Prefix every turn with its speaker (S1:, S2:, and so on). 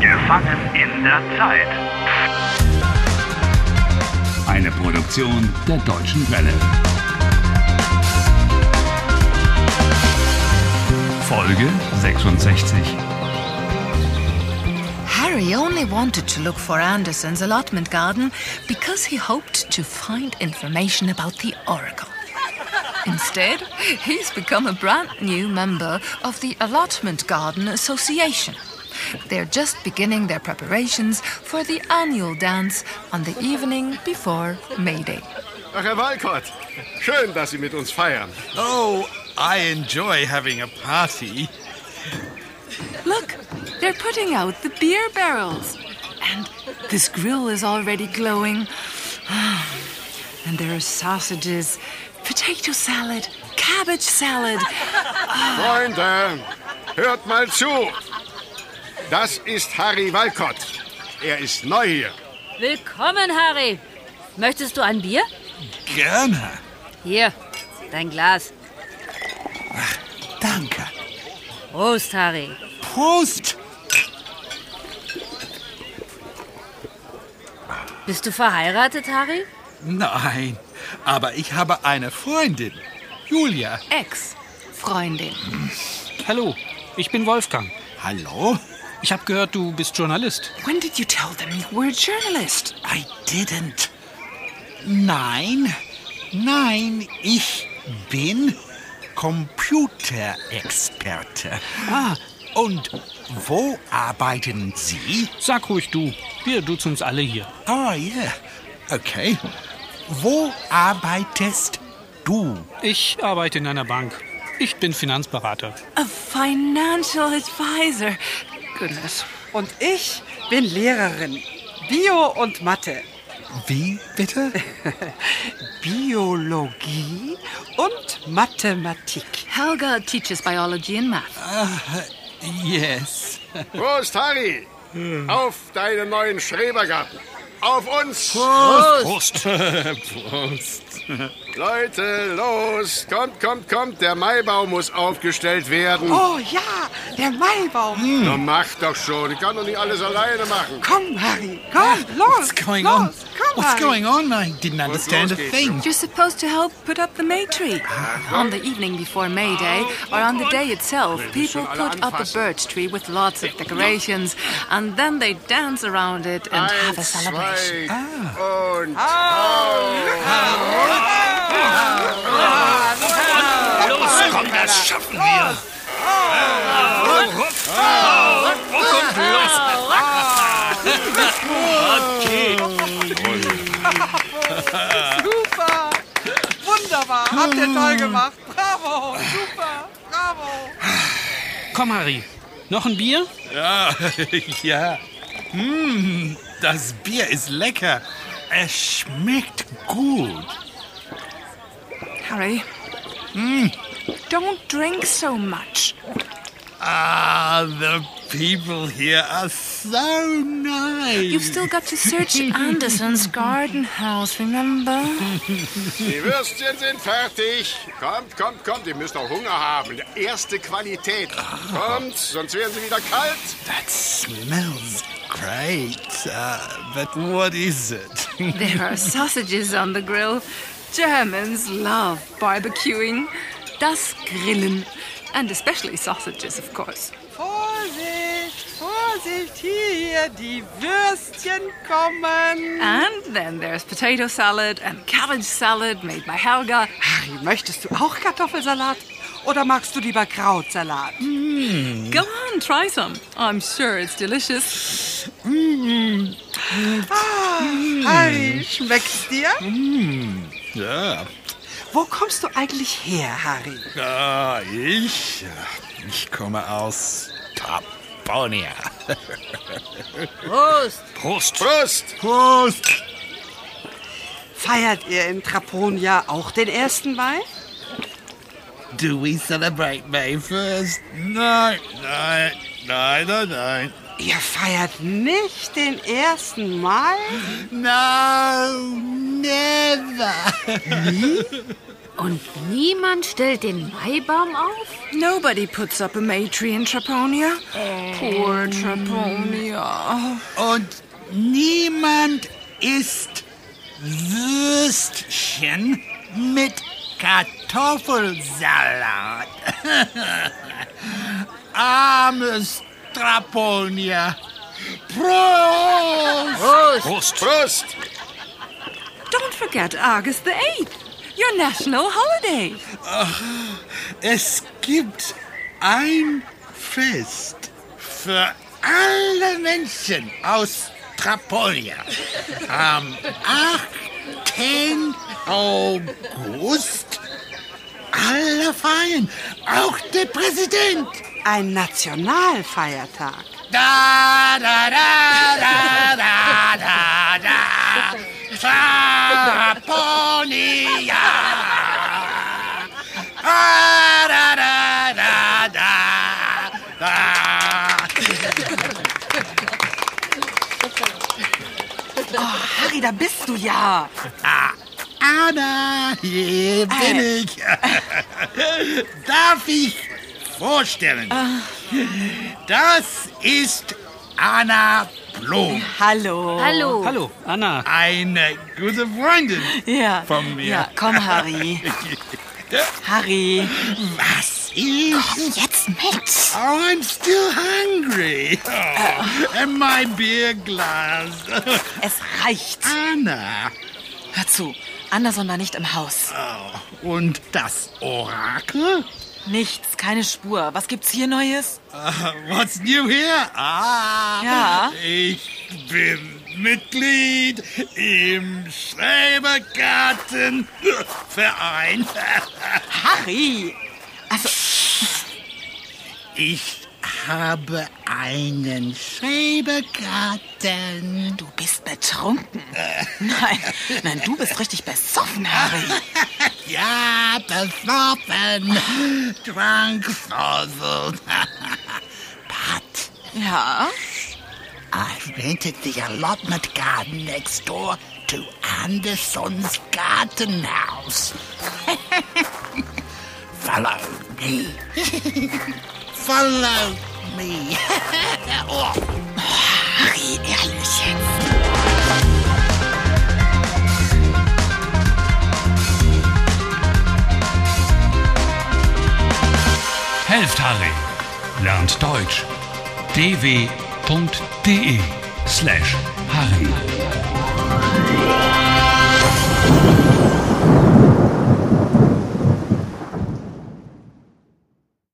S1: Gefangen in der Zeit.
S2: Eine Produktion der Deutschen Welle. Folge 66.
S3: Harry only wanted to look for Anderson's allotment garden because he hoped to find information about the Oracle. Instead, he's become a brand new member of the Allotment Garden Association. They're just beginning their preparations for the annual dance on the evening before May Day.
S4: Ach, Herr Walcott, schön, dass Sie mit uns feiern.
S5: Oh, I enjoy having a party.
S6: Look, they're putting out the beer barrels. And this grill is already glowing. And there are sausages, potato salad, cabbage salad.
S4: Freunde, hört mal zu. Das ist Harry Walcott. Er ist neu hier.
S7: Willkommen, Harry. Möchtest du ein Bier?
S5: Gerne.
S7: Hier, dein Glas.
S5: Danke.
S7: Prost, Harry.
S5: Prost.
S7: Bist du verheiratet, Harry?
S5: Nein, aber ich habe eine Freundin. Julia.
S6: Ex-Freundin.
S8: Hallo, ich bin Wolfgang.
S5: Hallo?
S8: Ich habe gehört, du bist Journalist.
S6: When did you tell them you were a journalist?
S5: I didn't. Nein, nein, ich bin Computerexperte. Ah, und wo arbeiten Sie?
S8: Sag ruhig du. Wir duzen uns alle hier.
S5: Ah, ja. Okay. Wo arbeitest du?
S8: Ich arbeite in einer Bank. Ich bin Finanzberater.
S6: A financial advisor. Goodness.
S9: Und ich bin Lehrerin. Bio und Mathe,
S5: Wie bitte?
S9: Biologie und Mathematik.
S3: Helga teaches biology and math.
S5: Yes.
S4: Prost, Harry. Auf deinen neuen Schrebergarten. Auf uns.
S5: Prost.
S4: Leute, los. Kommt, kommt, kommt. Der Maibaum muss aufgestellt werden.
S9: Oh ja, der Maibaum.
S5: Hm.
S4: Na, mach doch schon. Ich kann doch nicht alles alleine machen.
S9: Komm, Harry, komm, los.
S5: Äh, What's going
S9: los,
S5: on?
S9: Komm,
S5: What's
S9: Harry.
S5: going on? I didn't understand a
S4: los geht's.
S5: thing.
S3: You're supposed to help put up the May tree. On the evening before May Day, or on the day itself, people put up a birch tree with lots of decorations, and then they dance around it and have a
S4: Eins,
S3: celebration.
S4: zwei und...
S5: Los, komm, das schaffen wir.
S9: Super. Wunderbar. Habt ihr
S5: Hm.
S9: toll gemacht. Bravo. Super. Bravo.
S8: Komm, Harry. Noch ein Bier?
S5: Ja, ja. Mm, das Bier ist lecker. Es schmeckt gut.
S6: Harry, don't drink so much.
S5: Ah, the people here are so nice.
S3: You've still got to search Anderson's garden house, remember?
S4: Die Würstchen sind fertig. Kommt, kommt, kommt. Ihr müsst doch Hunger haben. Erste Qualität. Kommt, sonst werden sie wieder kalt.
S5: That smells great. Uh, but what is it?
S3: There are sausages on the grill.
S6: Germans love barbecuing, das Grillen, and especially sausages, of course.
S9: Vorsicht, Vorsicht. Hier, die Würstchen kommen.
S6: And then there's potato salad and cabbage salad made by Helga.
S9: Harry, möchtest du auch Kartoffelsalat? Oder magst du lieber Krautsalat?
S5: Hm.
S6: Go on, try some. I'm sure it's delicious.
S9: Ah, Harry, schmeckt's dir?
S5: Hm. Ja,
S9: Wo kommst du eigentlich her, Harry?
S5: ah, ich, ich komme aus Taponia.
S7: Prost.
S5: Prost.
S4: Prost.
S5: Prost.
S9: Feiert ihr in Traponia auch den 1. Mai?
S5: Do we celebrate May 1st? Nein, nein, nein, nein, nein.
S9: Ihr feiert nicht den 1. Mai?
S5: No, never.
S7: Und niemand stellt den Maibaum auf?
S6: Nobody puts up a May tree in Traponia. Poor Traponia.
S5: Und niemand isst Würstchen mit Kartoffelsalat. Armes Traponia. Prost!
S4: Prost. Prost.
S6: Don't forget August the 8th, your national holiday.
S5: Es gibt ein Fest für alle Menschen aus Traponia. Am 18. August alle feiern, auch der Präsident.
S9: Ein Nationalfeiertag.
S5: Da, da, da, da, da, da, da. Traponia. Da, da, da, da, da, da.
S9: Harry, da bist du ja.
S5: Anna, hier bin ich. Darf ich vorstellen? Das ist Anna Blom,
S9: Hallo.
S7: Hallo.
S8: Hallo, Anna.
S5: eine gute Freundin.
S9: Ja.
S5: Von mir.
S9: Ja, komm, Harry. Harry.
S5: Was ist?
S3: Jetzt mit.
S5: Oh, I'm still hungry. Oh, and my beer glass.
S9: Es reicht.
S5: Anna.
S9: Hör zu. Anderson war nicht im Haus.
S5: Oh, und das Orakel?
S9: Nichts, keine Spur. Was gibt's hier Neues?
S5: Uh, what's new here? Ah,
S9: Ja.
S5: ich bin Mitglied im Schrebergartenverein.
S9: Harry!
S5: Ich habe einen Schrebergarten.
S9: Du bist betrunken. Nein, nein, du bist richtig besoffen, Harry.
S5: Ja, besoffen. Drankfrossen. But
S9: Ja?
S5: I rented the allotment garden next door to Anderson's garden house. Follow me. Follow me.
S9: Harry, ehrlich.
S2: Helft Harry. Lernt Deutsch. dw.de slash Harry.